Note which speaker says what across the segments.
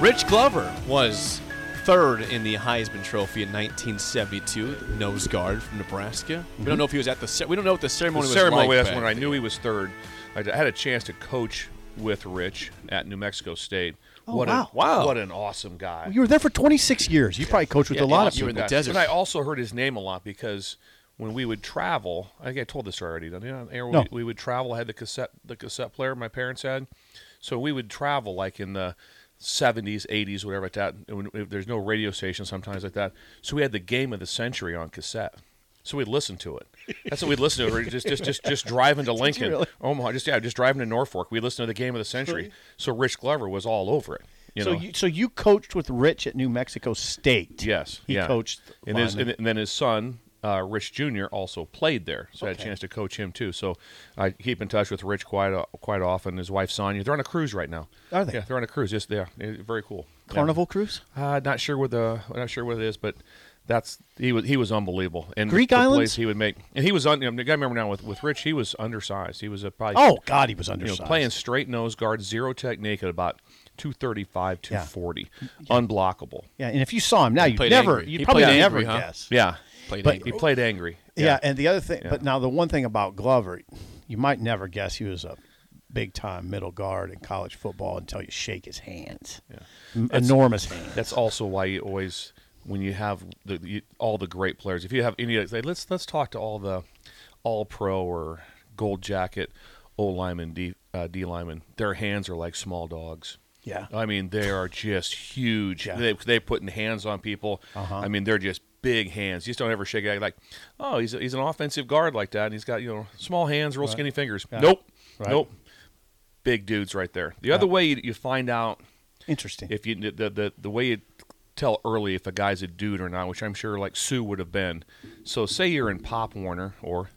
Speaker 1: Rich Glover was third in the Heisman Trophy in 1972. the Nose guard from Nebraska. We don't know if he was at the. ce- We don't know what the ceremony
Speaker 2: Mm-hmm. The
Speaker 1: was
Speaker 2: ceremony
Speaker 1: like.
Speaker 2: that's
Speaker 1: back
Speaker 2: when I knew
Speaker 1: then.
Speaker 2: he was third. I d- I had a chance to coach with Rich at New Mexico State.
Speaker 3: Oh,
Speaker 2: what
Speaker 3: wow.
Speaker 2: A,
Speaker 1: Wow.
Speaker 2: What an awesome guy.
Speaker 3: You were there for 26 years. You probably coached with
Speaker 2: Yeah,
Speaker 3: a lot of
Speaker 2: awesome
Speaker 1: you were in the
Speaker 2: guy.
Speaker 1: desert.
Speaker 2: And I also heard his name a lot because when we would travel, I think I told this already. Didn't I? On air,
Speaker 3: No.
Speaker 2: we, we would travel. I had the cassette, the cassette player my parents had, so we would travel like in the. 70s, 80s, whatever like that. And when- if there's no radio station, sometimes like that. So we had the game of the century on cassette. So we'd listen to it. That's what we'd listen to. We're just, just, just, just driving to Lincoln, Omaha. Just yeah, just driving to Norfolk. We listened to the game of the century. So Rich Glover was all over it. You
Speaker 3: so
Speaker 2: know?
Speaker 3: you so you coached with Rich at New Mexico State.
Speaker 2: Yes,
Speaker 3: he
Speaker 2: yeah.
Speaker 3: coached.
Speaker 2: and, his,
Speaker 3: linemen.
Speaker 2: and then his son uh, Rich Jr. also played there, so I had a
Speaker 3: Okay.
Speaker 2: chance to coach him too. So I keep in touch with Rich quite o- quite often. His wife Sonia, they're on a cruise right now.
Speaker 3: Are they?
Speaker 2: Yeah, they're on a cruise. Yes, they are. Yeah, very cool. Yeah.
Speaker 3: Carnival Cruise.
Speaker 2: Uh, not sure what the I'm not sure what it is, but that's he was he was unbelievable. And
Speaker 3: Greek
Speaker 2: the plays
Speaker 3: Islands?
Speaker 2: he would make, and he was un, you know, I remember now with with Rich, he was undersized. He was a probably
Speaker 3: Oh God, he was
Speaker 2: you know,
Speaker 3: undersized.
Speaker 2: playing straight nose guard, zero technique at about 235, 240, unblockable.
Speaker 3: Yeah, and if you saw him now, you
Speaker 1: played
Speaker 3: would never,
Speaker 1: angry.
Speaker 3: you
Speaker 1: He
Speaker 3: probably
Speaker 1: played
Speaker 3: never
Speaker 1: angry, huh?
Speaker 3: guess.
Speaker 2: Yeah,
Speaker 1: Played
Speaker 3: But-
Speaker 1: angry.
Speaker 2: he played angry.
Speaker 3: Yeah, and the other thing, but now the one thing about Glover, you might never guess he was a big time middle guard in college football until you shake his hands. Yeah. enormous hands.
Speaker 2: That's also why you always, when you have the, you, all the great players, if you have any, like, let's let's talk to all the All Pro or Gold Jacket, O lineman, D uh, D lineman. Their hands are like small dogs.
Speaker 3: Yeah.
Speaker 2: I mean they are just huge.
Speaker 3: Yeah. Uh-huh.
Speaker 2: They they putting hands on people. I mean they're just big hands. You just don't ever shake it like, oh he's a, he's an offensive guard like that, and he's got you know small hands, real skinny fingers. Nope,
Speaker 3: Right.
Speaker 2: nope. Big dudes right there. The other way you, you find out
Speaker 3: Interesting.
Speaker 2: if you the the, the way you tell early if a guy's a dude or not, which I'm sure like Sue would have been. So say you're in Pop Warner or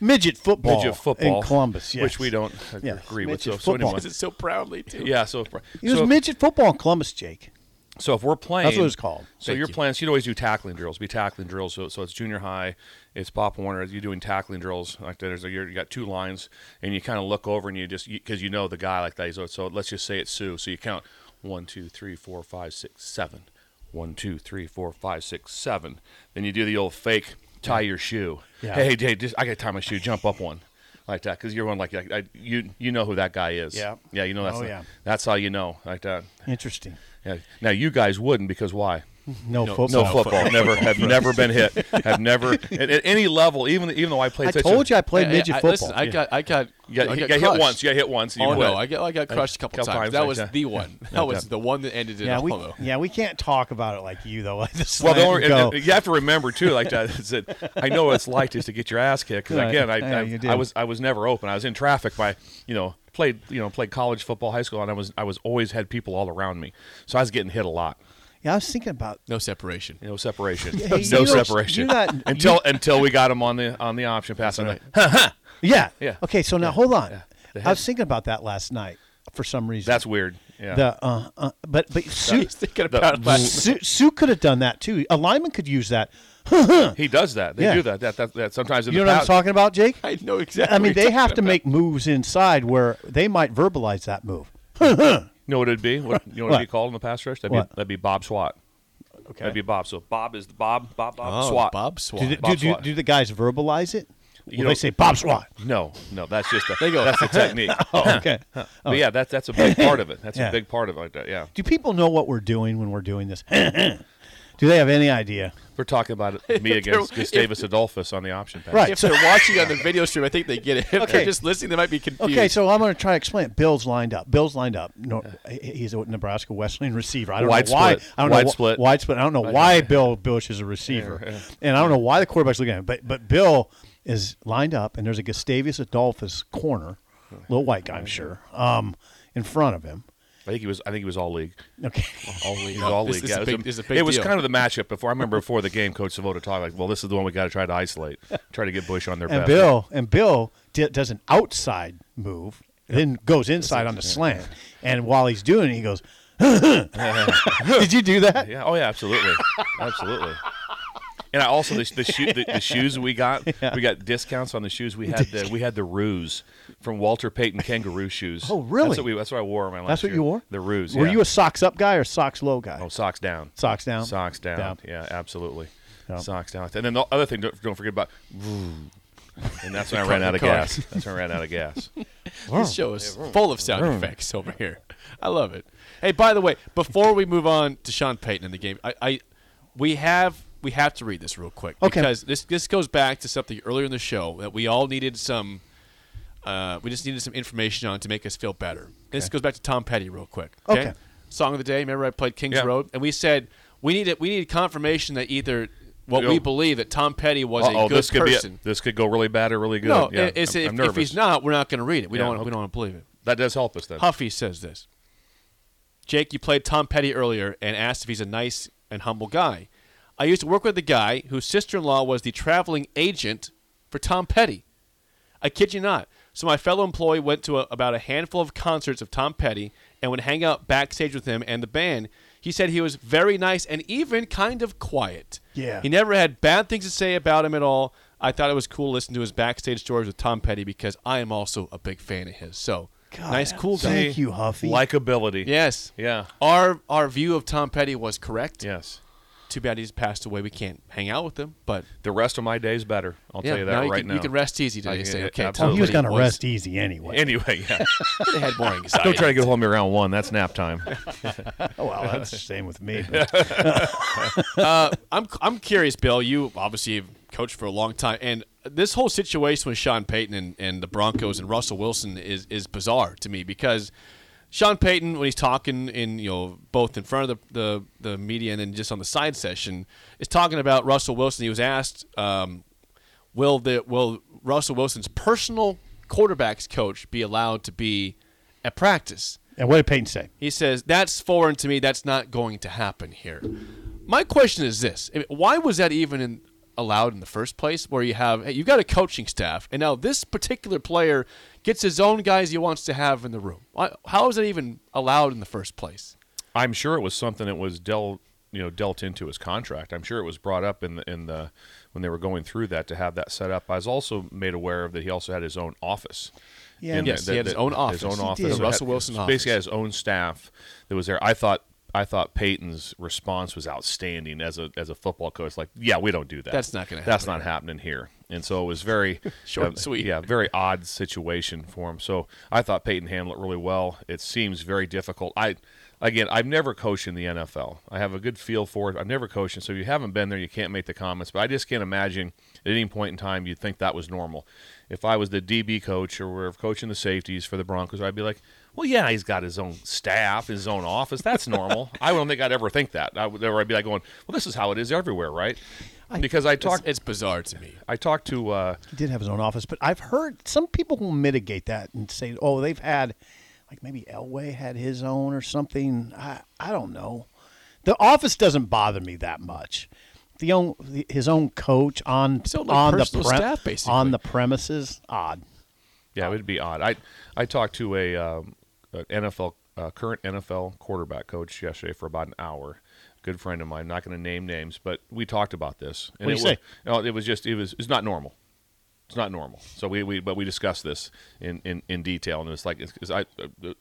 Speaker 3: midget football.
Speaker 2: midget football
Speaker 3: in Columbus, yes.
Speaker 2: which we don't ag-
Speaker 3: Yeah,
Speaker 2: agree with. So,
Speaker 3: midget
Speaker 2: so anyway,
Speaker 3: football.
Speaker 1: Says it so proudly too.
Speaker 2: yeah. So
Speaker 3: It was
Speaker 2: so,
Speaker 3: midget football in Columbus, Jake.
Speaker 2: so if we're playing,
Speaker 3: That's what it's called.
Speaker 2: So
Speaker 1: Thank
Speaker 2: your
Speaker 1: you.
Speaker 2: plans, you'd always do tackling drills. Be tackling drills. So, so it's junior high, it's Pop Warner. You're doing tackling drills like that. There's a, you're- you got two lines, and you kind of look over and you just because you, know the guy like that. So, so let's just say it's Sue. So you count one, two, three, four, five, six, seven. One, two, three, four, five, six, seven. Then you do the old fake tie your shoe.
Speaker 3: Yeah.
Speaker 2: Hey, hey, just, I got to tie my shoe. Jump up one. Like that, because you're one like I, I- you. You know who that guy is.
Speaker 3: Yeah.
Speaker 2: yeah. You know that's
Speaker 3: Oh,
Speaker 2: the-
Speaker 3: yeah.
Speaker 2: that's how you know like that.
Speaker 3: Interesting.
Speaker 2: Yeah. Now you guys wouldn't because why?
Speaker 3: No,
Speaker 2: No
Speaker 3: football.
Speaker 2: football. Never have never been hit. Have never at, at any level. Even even though I played.
Speaker 3: I
Speaker 2: such
Speaker 3: told you I played
Speaker 1: I- I-
Speaker 3: midget
Speaker 1: I-
Speaker 3: football.
Speaker 1: Listen, I got, I got,
Speaker 2: You got,
Speaker 1: I
Speaker 2: you
Speaker 1: got
Speaker 2: got hit
Speaker 1: crushed.
Speaker 2: once. You got hit once. and you
Speaker 1: Oh
Speaker 2: quit.
Speaker 1: no, I got, I got crushed a couple,
Speaker 2: couple
Speaker 1: times.
Speaker 2: times,
Speaker 1: That
Speaker 2: like
Speaker 1: was
Speaker 2: that.
Speaker 1: the one.
Speaker 2: Yeah.
Speaker 1: That was the one that ended in
Speaker 3: yeah,
Speaker 1: a
Speaker 3: we
Speaker 1: homo.
Speaker 3: yeah we can't talk about it like you though. This
Speaker 2: Well, the
Speaker 3: let
Speaker 2: only,
Speaker 3: it go.
Speaker 2: and- and you have to remember too, like that. Is that I know what it's like just to get your ass kicked. 'cause
Speaker 3: Right.
Speaker 2: again, I,
Speaker 3: Yeah,
Speaker 2: I,
Speaker 3: you do.
Speaker 2: I was I was never open. I was in traffic by you know played you know played college football, high school, and I was I was always had people all around me, so I was getting hit a lot.
Speaker 3: yeah, I was thinking about
Speaker 1: No separation.
Speaker 2: No separation.
Speaker 3: Yeah,
Speaker 2: no
Speaker 3: you don't-
Speaker 2: separation.
Speaker 3: you're not-
Speaker 2: until until we got him on the on the option pass. I'm like,
Speaker 3: yeah
Speaker 2: Yeah.
Speaker 3: Okay, so now hold on.
Speaker 2: The
Speaker 3: I was thinking about that last night for some reason.
Speaker 2: That's weird. Yeah.
Speaker 3: the uh, uh but but Sue,
Speaker 1: He's thinking about it last
Speaker 3: Sue, Sue could have done that too. A lineman could use that.
Speaker 2: He does that. They
Speaker 3: Yeah.
Speaker 2: do that. That, that. that sometimes in
Speaker 3: You know
Speaker 2: the
Speaker 3: what I'm
Speaker 2: past-
Speaker 3: talking about, Jake?
Speaker 1: I know exactly.
Speaker 3: I mean,
Speaker 1: what you're
Speaker 3: they have to
Speaker 1: talking
Speaker 3: make moves inside where they might verbalize that move.
Speaker 2: You know what it'd be? What, you know what,
Speaker 3: What?
Speaker 2: it'd be called in the pass rush? That'd
Speaker 3: What?
Speaker 2: be that'd be Bob Swat.
Speaker 3: Okay.
Speaker 2: That'd be Bob. So Bob is the Bob Bob Bob
Speaker 1: about. Oh,
Speaker 2: Swat.
Speaker 1: Bob Swat.
Speaker 3: do, the,
Speaker 2: Bob
Speaker 3: do, do,
Speaker 2: Swat.
Speaker 3: do the guys verbalize it? Will
Speaker 2: know-
Speaker 3: they say Bob Swat?
Speaker 2: No, no, that's just a,
Speaker 1: They go,
Speaker 2: That's the technique.
Speaker 3: Oh, Okay.
Speaker 2: But yeah, that's that's a big part of it. That's
Speaker 3: Yeah.
Speaker 2: a big part of it. Like that. Yeah,
Speaker 3: do people know what we're doing when we're doing this? do they have any idea?
Speaker 2: we're talking about it- me against Gustavus Adolphus on the option pass.
Speaker 3: Right.
Speaker 1: If they're watching on the video stream, I think they get it. If
Speaker 3: Okay.
Speaker 1: they're just listening, they might be confused.
Speaker 3: Okay, so I'm going to try to explain it. Bill's lined up. Bill's lined up. No, he- he's a Nebraska Wesleyan receiver. I don't
Speaker 2: Wide
Speaker 3: know why.
Speaker 2: split.
Speaker 3: I don't know
Speaker 2: Wide
Speaker 3: wh-
Speaker 2: split.
Speaker 3: Wide split. I don't know why Bill Bush is a receiver, and I don't know why the quarterback's looking at him. But but Bill is lined up, and there's a Gustavus Adolphus corner, little white guy, I'm sure, um, in front of him.
Speaker 2: I think he was. I think he was all league.
Speaker 3: Okay.
Speaker 2: All league. He was all
Speaker 1: this
Speaker 2: league.
Speaker 1: is
Speaker 2: yeah,
Speaker 1: a
Speaker 2: it was,
Speaker 1: big- this is a big
Speaker 2: it was
Speaker 1: deal.
Speaker 2: kind of the matchup before. I remember before the game, Coach Savota talked like, "Well, this is the one we got to try to isolate, try to get Bush on their
Speaker 3: And
Speaker 2: best."
Speaker 3: Bill and Bill di- does an outside move, then goes inside on the slant, and while he's doing it, he goes. Did you do that?
Speaker 2: Yeah. Oh yeah. Absolutely. absolutely. And I also the, the, shoe, the, the shoes we got, we got discounts on the shoes. We had the we had the ruse from Walter Payton kangaroo shoes.
Speaker 3: Oh, really?
Speaker 2: That's what, we, that's what I wore my last.
Speaker 3: That's what
Speaker 2: year.
Speaker 3: you wore.
Speaker 2: The ruse.
Speaker 3: Were
Speaker 2: yeah.
Speaker 3: you a socks up guy or socks low guy?
Speaker 2: oh socks down?
Speaker 3: Socks down.
Speaker 2: Socks down.
Speaker 3: Down.
Speaker 2: Yeah, absolutely.
Speaker 3: Yeah.
Speaker 2: Socks down. And then the other thing, don't, don't forget about. And that's when I ran out of
Speaker 1: Car.
Speaker 2: gas. That's when I ran out of gas.
Speaker 3: Oh.
Speaker 1: This show is full of sound effects over here. I love it. Hey, by the way, before we move on to Sean Payton in the game, I, I we have we have to read this real quick
Speaker 3: Okay.
Speaker 1: because this this goes back to something earlier in the show that we all needed some uh, we just needed some information on to make us feel better. This goes back to Tom Petty real quick.
Speaker 3: Okay.
Speaker 1: Song of the day. Remember I played Kings
Speaker 2: Yeah.
Speaker 1: Road and we said we needed we needed confirmation that either what
Speaker 2: Yeah.
Speaker 1: we believe that Tom Petty was
Speaker 2: Oh,
Speaker 1: a good
Speaker 2: this could
Speaker 1: person.
Speaker 2: be. A, this could go really bad or really good.
Speaker 1: No,
Speaker 2: yeah,
Speaker 1: it's,
Speaker 2: I'm,
Speaker 1: if,
Speaker 2: I'm
Speaker 1: if
Speaker 2: nervous.
Speaker 1: he's not, we're not going to read it. We
Speaker 2: Yeah,
Speaker 1: don't.
Speaker 2: okay.
Speaker 1: We don't want to believe it.
Speaker 2: that does help us then.
Speaker 1: Huffy says this. Jake, you played Tom Petty earlier and asked if he's a nice and humble guy. I used to work with a guy whose sister in law was the traveling agent for Tom Petty. I kid you not. So my fellow employee went to a, about a handful of concerts of Tom Petty and would hang out backstage with him and the band. He said he was very nice and even kind of quiet.
Speaker 3: Yeah.
Speaker 1: He never had bad things to say about him at all. I thought it was cool to listen to his backstage stories with Tom Petty because I am also a big fan of his. So
Speaker 3: God,
Speaker 1: nice, cool guy.
Speaker 3: Thank you, Huffy.
Speaker 2: Likability.
Speaker 1: Yes.
Speaker 2: Yeah.
Speaker 1: Our our view of Tom Petty was correct.
Speaker 2: Yes.
Speaker 1: Too bad he's passed away. We can't hang out with him. But
Speaker 2: The rest of my day's better. I'll
Speaker 1: yeah,
Speaker 2: tell you that
Speaker 1: now you
Speaker 2: right
Speaker 1: can,
Speaker 2: now.
Speaker 1: you can rest easy today.
Speaker 2: I-
Speaker 1: say,
Speaker 2: yeah,
Speaker 1: okay,
Speaker 3: oh,
Speaker 1: Tom
Speaker 3: he was
Speaker 1: Petty
Speaker 3: going to rest easy anyway.
Speaker 2: Anyway, yeah.
Speaker 1: They had more anxiety.
Speaker 2: Don't try to get home around one. That's nap time.
Speaker 3: oh, well, that's the same with me. but-
Speaker 1: Uh, I'm I'm curious, Bill. You obviously have coached for a long time, and this whole situation with Sean Payton and, and the Broncos and Russell Wilson is is bizarre to me because Sean Payton, when he's talking in you know both in front of the the, the media and then just on the side session, is talking about Russell Wilson. He was asked, um, will the will Russell Wilson's personal quarterbacks coach be allowed to be at practice?
Speaker 3: and what did Peyton say?
Speaker 1: He says, That's foreign to me. That's not going to happen here. My question is this I mean, Why was that even in, allowed in the first place? Where you have, hey, you got a coaching staff, and now this particular player gets his own guys he wants to have in the room. Why, how is that even allowed in the first place?
Speaker 2: I'm sure it was something that was dealt, you know, dealt into his contract. I'm sure it was brought up in the in the when they were going through that to have that set up. I was also made aware of that he also had his own office.
Speaker 3: Yeah,
Speaker 2: In
Speaker 1: Yes, he had his own office.
Speaker 2: His own
Speaker 1: He
Speaker 2: office.
Speaker 3: did.
Speaker 2: So
Speaker 1: The Russell
Speaker 2: had-
Speaker 1: Wilson
Speaker 2: Basically, had
Speaker 1: office.
Speaker 2: his own staff that was there. I thought. I thought Peyton's response was outstanding as a as a football coach. Like, yeah, we don't do that.
Speaker 1: That's not gonna
Speaker 2: That's
Speaker 1: happen
Speaker 2: not happening here. And so it was very uh,
Speaker 1: Short and sweet.
Speaker 2: Yeah, very odd situation for him. So I thought Peyton handled it really well. It seems very difficult. I again, I've never coached in the NFL. I have a good feel for it. I've never coached, and so if you haven't been there, you can't make the comments. But I just can't imagine at any point in time you'd think that was normal. If I was the DB coach or were coaching the safeties for the Broncos, I'd be like. Well, yeah, he's got his own staff, his own office. That's normal. I don't think I'd ever think that. I would, or I'd be like going, "Well, this is how it is everywhere, right?" Because I
Speaker 1: It's,
Speaker 2: talked,
Speaker 1: it's bizarre to me.
Speaker 2: I talked to uh,
Speaker 3: He did have his own office, but I've heard some people will mitigate that and say, "Oh, they've had, like maybe Elway had his own or something." I I don't know. The office doesn't bother me that much. The own the, his own coach on
Speaker 1: So, like,
Speaker 3: on the
Speaker 1: personal staff, basically.
Speaker 3: on the premises odd.
Speaker 2: Yeah, it would be odd. I I talked to a um, an NFL uh, current NFL quarterback coach yesterday for about an hour. Good friend of mine. I'm not going to name names, but we talked about this. And
Speaker 3: What'd
Speaker 2: it
Speaker 3: you
Speaker 2: was,
Speaker 3: say?
Speaker 2: No, it was just it was it's not normal. It's not normal. So we, we but we discussed this in, in, in detail, and it's like it's, 'cause I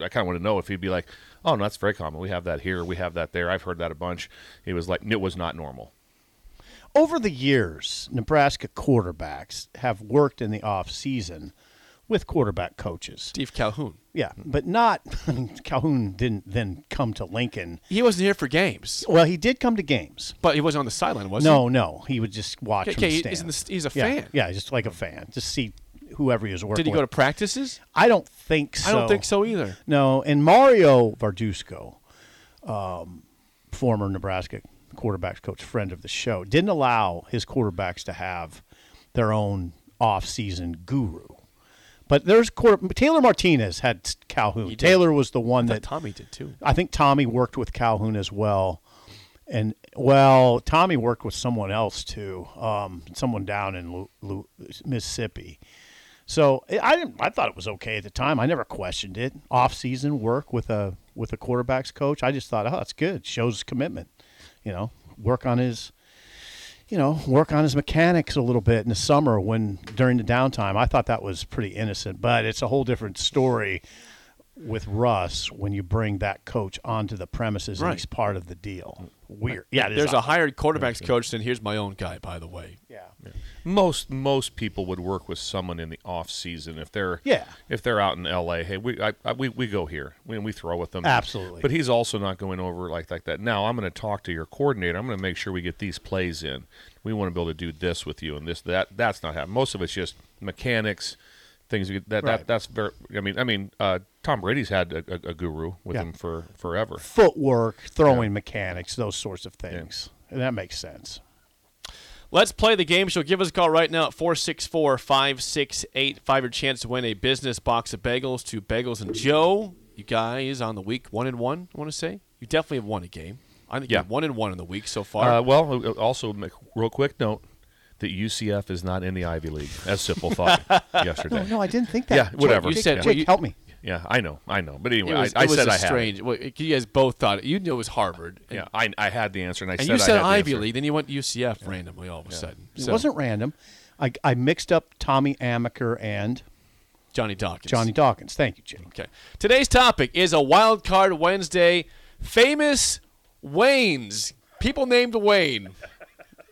Speaker 2: I kind of want to know if he'd be like, oh no, that's very common. We have that here. We have that there. I've heard that a bunch. He was like, it was not normal.
Speaker 3: Over the years, Nebraska quarterbacks have worked in the off season with quarterback coaches.
Speaker 1: Steve Calhoun.
Speaker 3: Yeah, but not Calhoun didn't then come to Lincoln.
Speaker 1: He wasn't here for games,
Speaker 3: Well, he did come to games.
Speaker 1: but he wasn't on the sideline, was he?
Speaker 3: No, no, he would just watch.
Speaker 1: Oh, Okay,
Speaker 3: from the
Speaker 1: he's in
Speaker 3: stands.
Speaker 1: the st- he's a
Speaker 3: yeah,
Speaker 1: fan.
Speaker 3: Yeah, just like a fan, just see whoever he was working.
Speaker 1: Did he go to
Speaker 3: with.
Speaker 1: practices?
Speaker 3: I don't think so.
Speaker 1: I don't think so either.
Speaker 3: No, and Mario Vardusco, um, former Nebraska quarterbacks coach, friend of the show, didn't allow his quarterbacks to have their own off-season guru. But there's quarter, Taylor Martinez had Calhoun.
Speaker 1: did.
Speaker 3: Taylor was the one
Speaker 1: That
Speaker 3: that
Speaker 1: Tommy did too.
Speaker 3: I think Tommy worked with Calhoun as well, and well, Tommy worked with someone else too, um, someone down in Lu- Lu- Mississippi. So eh, I- I didn't. I thought it was okay at the time. I never questioned it. Off season work with a with a quarterbacks coach. I just thought, oh, that's good. Shows commitment. You know, work on his you know, work on his mechanics a little bit in the summer when during the downtime. I thought that was pretty innocent, but it's a whole different story with Russ when you bring that coach onto the premises and
Speaker 1: Right.
Speaker 3: he's part of the deal. Weird. Yeah, it is
Speaker 1: There's a
Speaker 3: odd.
Speaker 1: hired quarterbacks coach, then here's my own guy, by the way.
Speaker 3: Yeah.
Speaker 2: Most most people would work with someone in the off season if they're
Speaker 3: Yeah.
Speaker 2: if they're out in L.A. Hey, we I, I, we, we go here we, we throw with them
Speaker 3: Absolutely.
Speaker 2: But he's also not going over like like that. Now I'm going to talk to your coordinator. I'm going to make sure we get these plays in. We want to be able to do this with you and this that that's not happening. Most of it's just mechanics things you- that,
Speaker 3: Right.
Speaker 2: that that's very. I mean I mean uh, Tom Brady's had a, a, a guru with
Speaker 3: Yeah.
Speaker 2: him for forever.
Speaker 3: Footwork, throwing mechanics, those sorts of things. And that makes sense.
Speaker 1: Let's play the game show. Give us a call right now at 464 5685. Your chance to win a business box of bagels to Bagels and Joe. You guys on the week one and one, I want to say. You definitely have won a game. I think
Speaker 2: Yeah.
Speaker 1: you're one and one in the week so far.
Speaker 2: Uh, well, uh, also make real quick note that UCF is not in the Ivy League, as Sipple thought
Speaker 1: Oh,
Speaker 3: No,
Speaker 2: yesterday.
Speaker 3: no, I didn't think that.
Speaker 2: Yeah,
Speaker 3: Jake,
Speaker 2: whatever.
Speaker 3: Jake,
Speaker 1: You said-
Speaker 3: Jake,
Speaker 1: you-
Speaker 3: help me.
Speaker 2: Yeah, I know, I know. But anyway,
Speaker 1: it was,
Speaker 2: I, I
Speaker 1: it was
Speaker 2: said
Speaker 1: a
Speaker 2: I had.
Speaker 1: strange. well, you guys both thought it. You knew it was Harvard.
Speaker 2: It.
Speaker 1: And,
Speaker 2: Yeah, I, I had the answer, and I
Speaker 1: and
Speaker 2: said
Speaker 1: you said
Speaker 2: I had the
Speaker 1: Ivy
Speaker 2: answer.
Speaker 1: League, then you went UCF randomly all of a sudden.
Speaker 3: It
Speaker 1: So,
Speaker 3: wasn't random. I, I mixed up Tommy Amaker and
Speaker 1: Johnny Dawkins.
Speaker 3: Johnny Dawkins. Thank you, Jake.
Speaker 1: Okay. Today's topic is a wild card Wednesday. Famous Waynes. People named Wayne.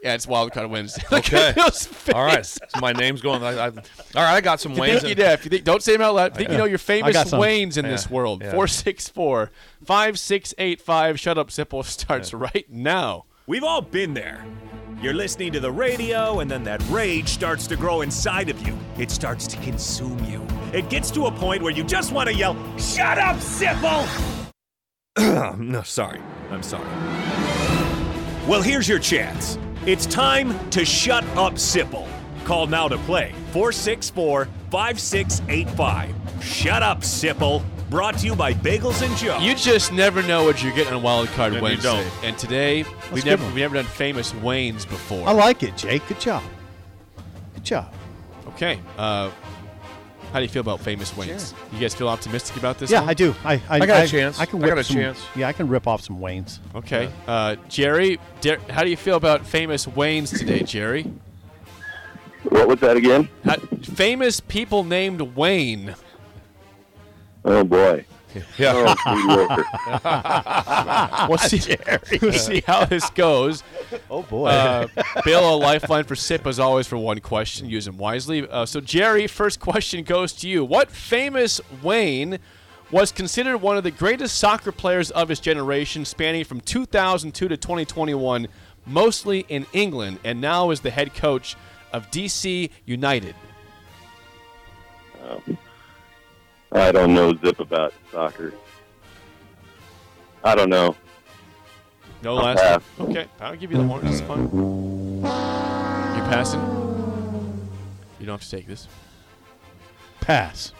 Speaker 1: Yeah, it's wild card Wednesday. Look at
Speaker 2: Okay.
Speaker 1: Bill's face.
Speaker 2: All right, so my name's going. I, I, all right, I got some
Speaker 1: You
Speaker 2: Wayne's.
Speaker 1: think you know, if you think, don't say them out loud. Think you know your famous
Speaker 3: got some.
Speaker 1: Waynes in this
Speaker 2: Yeah,
Speaker 1: world.
Speaker 2: yeah.
Speaker 1: 464 5685. Shut up, Zippo starts right now.
Speaker 4: We've all been there. You're listening to the radio, and then that rage starts to grow inside of you. It starts to consume you. It gets to a point where you just want to yell, Shut up, Sipple! no, sorry. I'm sorry. Well, here's your chance. It's time to shut up, Sipple. Call now to play 464 5685. Shut up, Sipple. Brought to you by Bagels and Joe.
Speaker 1: You just never know what you're getting on Wild Card
Speaker 2: And you
Speaker 1: Wednesday.
Speaker 2: don't.
Speaker 1: And today, we've
Speaker 3: a good
Speaker 1: never,
Speaker 3: one.
Speaker 1: we've never done famous Waynes before.
Speaker 3: I like it, Jake. Good job. Good job.
Speaker 1: Okay. Uh, how do you feel about famous Waynes? You guys feel optimistic about this?
Speaker 3: Yeah,
Speaker 1: one?
Speaker 3: I do. I, I,
Speaker 2: I got a chance.
Speaker 3: I can
Speaker 2: I
Speaker 3: rip
Speaker 2: got a
Speaker 3: some,
Speaker 2: chance.
Speaker 3: Yeah, I can rip off some Waynes.
Speaker 1: Okay. Uh, Jerry, Dar- how do you feel about famous Waynes today, Jerry?
Speaker 5: What was that again?
Speaker 1: How- famous people named Wayne.
Speaker 5: Oh boy.
Speaker 2: Yeah,
Speaker 5: Oh, mediocre.
Speaker 1: We'll see, we'll see how this goes.
Speaker 3: Oh boy.
Speaker 1: Uh, Bill, a lifeline for SIP as always for one question. Use them wisely. Uh, so, Jerry, first question goes to you. What famous Wayne was considered one of the greatest soccer players of his generation, spanning from 2002 to 2021, mostly in England, and now is the head coach of DC United?
Speaker 5: I don't know zip about soccer. I don't know.
Speaker 1: No
Speaker 5: I'll
Speaker 1: last.
Speaker 5: pass.
Speaker 1: Okay, I'll give you the horn. It's fine. You passing? You don't have to take this.
Speaker 3: Pass.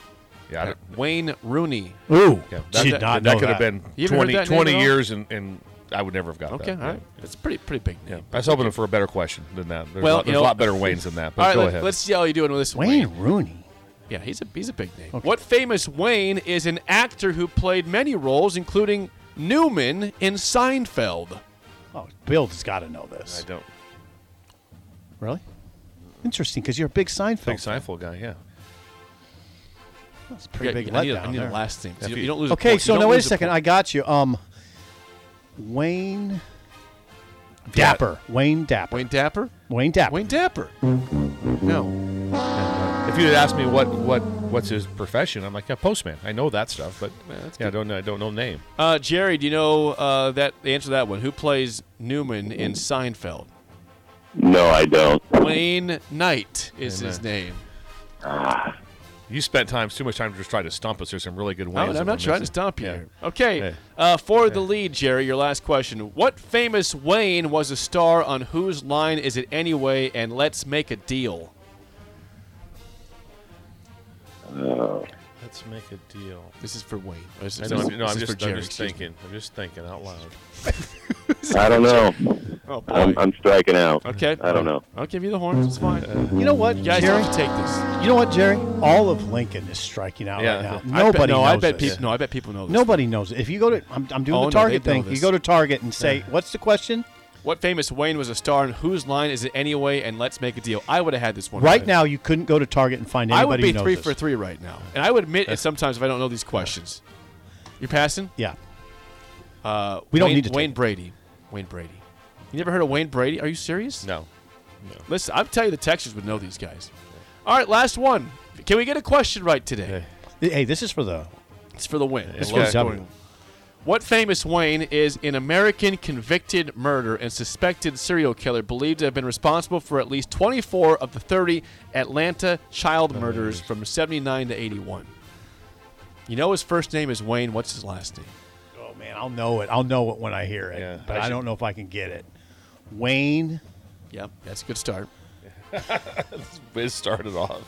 Speaker 2: yeah. I don't-
Speaker 1: Wayne Rooney.
Speaker 3: Ooh,
Speaker 2: yeah,
Speaker 3: that, did not know
Speaker 2: could
Speaker 3: that.
Speaker 2: have been
Speaker 1: You haven't heard
Speaker 2: 20,
Speaker 1: that name at
Speaker 2: 20
Speaker 1: all?
Speaker 2: years, and, and I would never have got
Speaker 1: Okay,
Speaker 2: that.
Speaker 1: all right. That's a pretty pretty big
Speaker 2: Yeah.
Speaker 1: name.
Speaker 2: I was hoping for a better question than that. There's,
Speaker 1: Well,
Speaker 2: a, lot,
Speaker 1: you
Speaker 2: there's
Speaker 1: know-
Speaker 2: a lot better Wayne's than that. But
Speaker 1: All right,
Speaker 2: go
Speaker 1: let,
Speaker 2: ahead.
Speaker 1: us see how you doing with this.
Speaker 3: Wayne
Speaker 1: Wayne.
Speaker 3: Rooney.
Speaker 1: Yeah, he's a he's a big name. What famous Wayne is an actor who played many roles, including Newman in Seinfeld?
Speaker 3: Oh, Bill's got to know
Speaker 2: I
Speaker 3: this.
Speaker 2: don't
Speaker 1: Oh,
Speaker 3: Really? Interesting, because you're a big Seinfeld.
Speaker 2: think
Speaker 3: fan.
Speaker 2: Seinfeld guy. Yeah.
Speaker 3: That's a pretty
Speaker 1: Yeah,
Speaker 3: big
Speaker 1: I need,
Speaker 3: letdown
Speaker 1: I need
Speaker 3: there.
Speaker 1: a last name.
Speaker 2: If
Speaker 1: You,
Speaker 2: you-
Speaker 1: you don't lose. a
Speaker 3: Okay,
Speaker 1: point. You
Speaker 3: so
Speaker 1: don't
Speaker 3: now wait a
Speaker 1: lose
Speaker 3: second. I
Speaker 1: point.
Speaker 3: got you. Um, Wayne Dapper. Wayne Dapper.
Speaker 1: Wayne
Speaker 3: Wayne,
Speaker 1: Dapper.
Speaker 3: Dapper.
Speaker 1: Wayne Dapper. No.
Speaker 2: If you'd asked me what, what what's his profession, I'm like, yeah, postman. I know that stuff, but
Speaker 1: that's
Speaker 2: yeah, I don't know, I don't know name.
Speaker 1: Uh, Jerry, do you know uh, that the answer to that one? Who plays Newman in Seinfeld?
Speaker 5: No, I don't.
Speaker 1: Wayne Knight is
Speaker 2: Wayne
Speaker 1: his
Speaker 2: Knight.
Speaker 1: name.
Speaker 2: You spent time too much time just trying to stump us. There's some really good
Speaker 1: Oh,
Speaker 2: ways.
Speaker 1: I'm not trying to stop you.
Speaker 2: Yeah.
Speaker 1: here. Okay,
Speaker 2: Yeah.
Speaker 1: uh, for the lead, Jerry, your last question. What famous Wayne was a star on Whose Line Is It Anyway? And Let's Make a Deal.
Speaker 2: Let's make a deal.
Speaker 1: This is for Wayne. This
Speaker 2: I
Speaker 1: is-
Speaker 2: know,
Speaker 1: this
Speaker 2: I'm, no,
Speaker 1: is
Speaker 2: I'm
Speaker 1: for
Speaker 2: just, I'm
Speaker 1: Jerry,
Speaker 2: just
Speaker 1: excuse me.
Speaker 2: thinking. I'm just thinking out loud.
Speaker 5: I don't know.
Speaker 1: Oh, boy.
Speaker 5: I'm, I'm striking out.
Speaker 1: okay.
Speaker 5: I don't know.
Speaker 1: I'll give you the horns. It's fine.
Speaker 2: Uh,
Speaker 3: You know what,
Speaker 1: you guys
Speaker 3: Jerry?
Speaker 1: have to take this.
Speaker 3: You know what, Jerry? All of Lincoln is striking out
Speaker 2: Yeah.
Speaker 3: right now.
Speaker 1: I bet-
Speaker 3: Nobody
Speaker 1: no,
Speaker 3: knows
Speaker 1: I bet
Speaker 3: this.
Speaker 1: people. No, I bet people know this.
Speaker 3: Nobody knows it. If you go to, I'm, I'm doing
Speaker 1: Oh, no,
Speaker 3: the Target
Speaker 1: they know
Speaker 3: thing. You
Speaker 1: this.
Speaker 3: go to Target and say, "What's the question?"
Speaker 1: What famous Wayne was a star and whose line is it anyway? And let's make a deal. I would have had this one
Speaker 3: Right now, you couldn't go to Target and find anybody
Speaker 1: I would be
Speaker 3: who knows
Speaker 1: three
Speaker 3: this.
Speaker 1: for three right now, and I would admit it sometimes if I don't know these questions. You're passing.
Speaker 3: Yeah.
Speaker 1: Uh,
Speaker 3: We don't
Speaker 1: Wayne-
Speaker 3: need to take
Speaker 1: Wayne
Speaker 3: it.
Speaker 1: Brady. Wayne Brady. You never heard of Wayne Brady? Are you serious?
Speaker 2: No.
Speaker 1: Listen, I'm telling you, the Texans would know these guys. All right, last one. Can we get a question right today?
Speaker 3: Hey, this is for the.
Speaker 1: It's for the win. It's
Speaker 3: for
Speaker 1: low
Speaker 3: the W.
Speaker 1: scoring. What famous Wayne is an American convicted murder and suspected serial killer believed to have been responsible for at least 24 of the 30 Atlanta child murders from 79 to 81? You know his first name is Wayne. What's his last name?
Speaker 3: Oh man, I'll know it. I'll know it when I hear it,
Speaker 2: Yeah,
Speaker 3: but
Speaker 2: I
Speaker 3: I, don't know if I can get it. Wayne.
Speaker 1: Yep, that's a good start.
Speaker 2: Biz started off.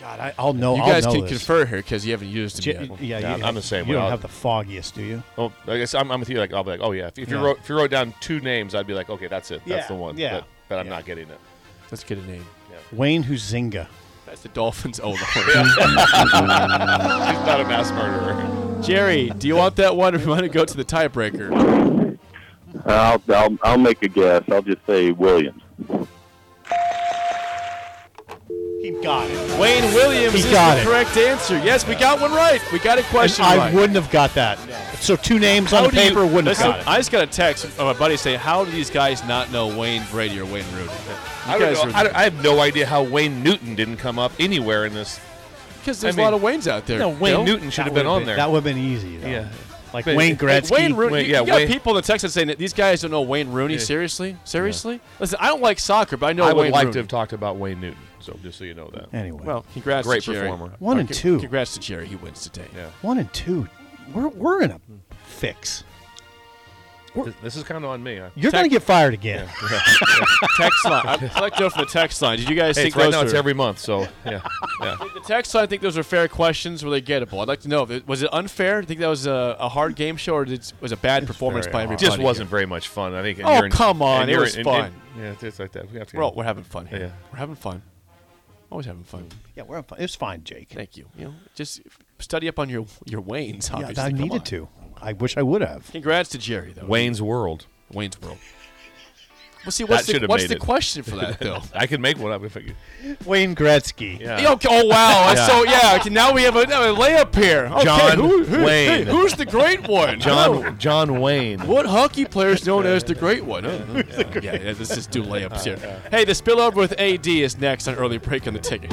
Speaker 3: God, I, I'll know.
Speaker 1: You
Speaker 3: Oh, I'll
Speaker 1: guys
Speaker 3: know
Speaker 1: can
Speaker 3: this.
Speaker 1: confer here because you haven't used
Speaker 3: J-
Speaker 1: him yet.
Speaker 3: yeah,
Speaker 2: Yeah,
Speaker 3: you,
Speaker 2: I'm the same
Speaker 3: You
Speaker 2: way.
Speaker 3: don't
Speaker 2: I'll-
Speaker 3: have the foggiest, do you?
Speaker 2: Oh, I guess I'm, I'm with you. Like I'll be like, oh yeah. If, if you
Speaker 3: Yeah.
Speaker 2: wrote if you wrote down two names, I'd be like, okay, that's it.
Speaker 3: Yeah,
Speaker 2: That's the one.
Speaker 3: yeah,
Speaker 2: But, but I'm
Speaker 3: yeah.
Speaker 2: not getting it.
Speaker 1: Let's get a name.
Speaker 3: Wayne Huzinga.
Speaker 1: That's the Dolphins' old
Speaker 2: He's not a mass murderer.
Speaker 1: Jerry, do you want that one or do you want to go to the tiebreaker?
Speaker 5: I'll, I'll, I'll make a guess. I'll just say Williams.
Speaker 3: He got it.
Speaker 1: Wayne Williams
Speaker 3: He
Speaker 1: is
Speaker 3: got
Speaker 1: the
Speaker 3: it.
Speaker 1: correct answer. Yes, we got one right. We got a question
Speaker 3: I
Speaker 1: right.
Speaker 3: wouldn't have got that. So two names on
Speaker 1: How
Speaker 3: the
Speaker 1: do you-
Speaker 3: paper wouldn't
Speaker 1: Listen,
Speaker 3: have got it.
Speaker 1: I just got a text from my buddy saying, "How do these guys not know Wayne Brady or Wayne Rooney?"
Speaker 2: I, don't know, I, don't- I have no idea how Wayne Newton didn't come up anywhere in this.
Speaker 1: because there's
Speaker 2: I mean,
Speaker 1: a lot of Waynes out there.
Speaker 2: No, Wayne
Speaker 1: Bill.
Speaker 2: Newton should have been on there.
Speaker 3: That would have been easy. Though.
Speaker 2: Yeah.
Speaker 3: Like
Speaker 2: But-
Speaker 3: Wayne
Speaker 1: Hey,
Speaker 3: Gretzky.
Speaker 1: Wayne Rooney.
Speaker 2: Wayne-
Speaker 1: you
Speaker 2: yeah,
Speaker 1: got
Speaker 2: Wayne-
Speaker 1: people in the text saying that these guys don't know Wayne Rooney.
Speaker 2: Yeah.
Speaker 1: Seriously, seriously. Listen, I don't like soccer, but I know
Speaker 2: I would
Speaker 1: Wayne
Speaker 2: like
Speaker 1: Rooney.
Speaker 2: to have talked about Wayne Newton. So just so you know that.
Speaker 3: Anyway,
Speaker 1: Well, congrats,
Speaker 2: Great
Speaker 1: to Jerry.
Speaker 2: performer.
Speaker 3: One
Speaker 1: Uh,
Speaker 3: and
Speaker 1: con-
Speaker 3: two.
Speaker 1: Congrats to Jerry. He wins today.
Speaker 2: Yeah.
Speaker 3: one and two. We're we're in a fix.
Speaker 2: Th- This is kind of on me. I-
Speaker 3: You're
Speaker 1: Tech-
Speaker 3: gonna get fired again.
Speaker 1: Text line. I'd I'd like to go for the text line. Did you guys
Speaker 2: Hey,
Speaker 1: think
Speaker 2: it's right
Speaker 1: those
Speaker 2: now it's
Speaker 1: were-
Speaker 2: every month. So yeah, yeah.
Speaker 1: The text line, I think those were fair questions. Were they gettable? I'd like to know. If it, was it unfair? Do you think that was a, a hard game show, or did, it- was a bad performance
Speaker 3: very
Speaker 1: by
Speaker 3: hard.
Speaker 1: everybody?
Speaker 2: It just wasn't very much fun. I think. and
Speaker 1: Oh,
Speaker 2: you're in-
Speaker 1: come on,
Speaker 2: and
Speaker 1: it
Speaker 2: you're
Speaker 1: was
Speaker 2: in-
Speaker 1: fun.
Speaker 2: and- yeah, it's like that. We have to.
Speaker 1: We're, all, we're having fun here.
Speaker 2: Yeah. Mm.
Speaker 1: We're having fun. Always having fun.
Speaker 3: yeah, we're on fi- it's fine, Jake.
Speaker 1: Thank you. You know, just study up on your your Waynes.
Speaker 3: yeah,
Speaker 1: Obviously,
Speaker 3: I
Speaker 1: Come on.
Speaker 3: needed to. I wish I would have.
Speaker 1: Congrats to Jerry though.
Speaker 2: Wayne's World.
Speaker 1: Wayne's World. Well, see, what's the,
Speaker 2: should've
Speaker 1: what's
Speaker 2: made
Speaker 1: the
Speaker 2: it.
Speaker 1: question for that though?
Speaker 2: I could make one up if I could.
Speaker 3: Wayne Gretzky.
Speaker 2: Yeah.
Speaker 1: Yeah, okay. Oh wow!
Speaker 2: Yeah.
Speaker 1: So yeah, okay, now we have a, now a layup here. Okay,
Speaker 2: John
Speaker 1: who- who- hey,
Speaker 2: Wayne.
Speaker 1: who's the great one? Oh,
Speaker 2: John John Wayne.
Speaker 1: What hockey player is known as the Great One? Oh, yeah,
Speaker 2: Uh,
Speaker 1: yeah, let's just do layups here. Hey, the spillover with AD is next on early break on the ticket.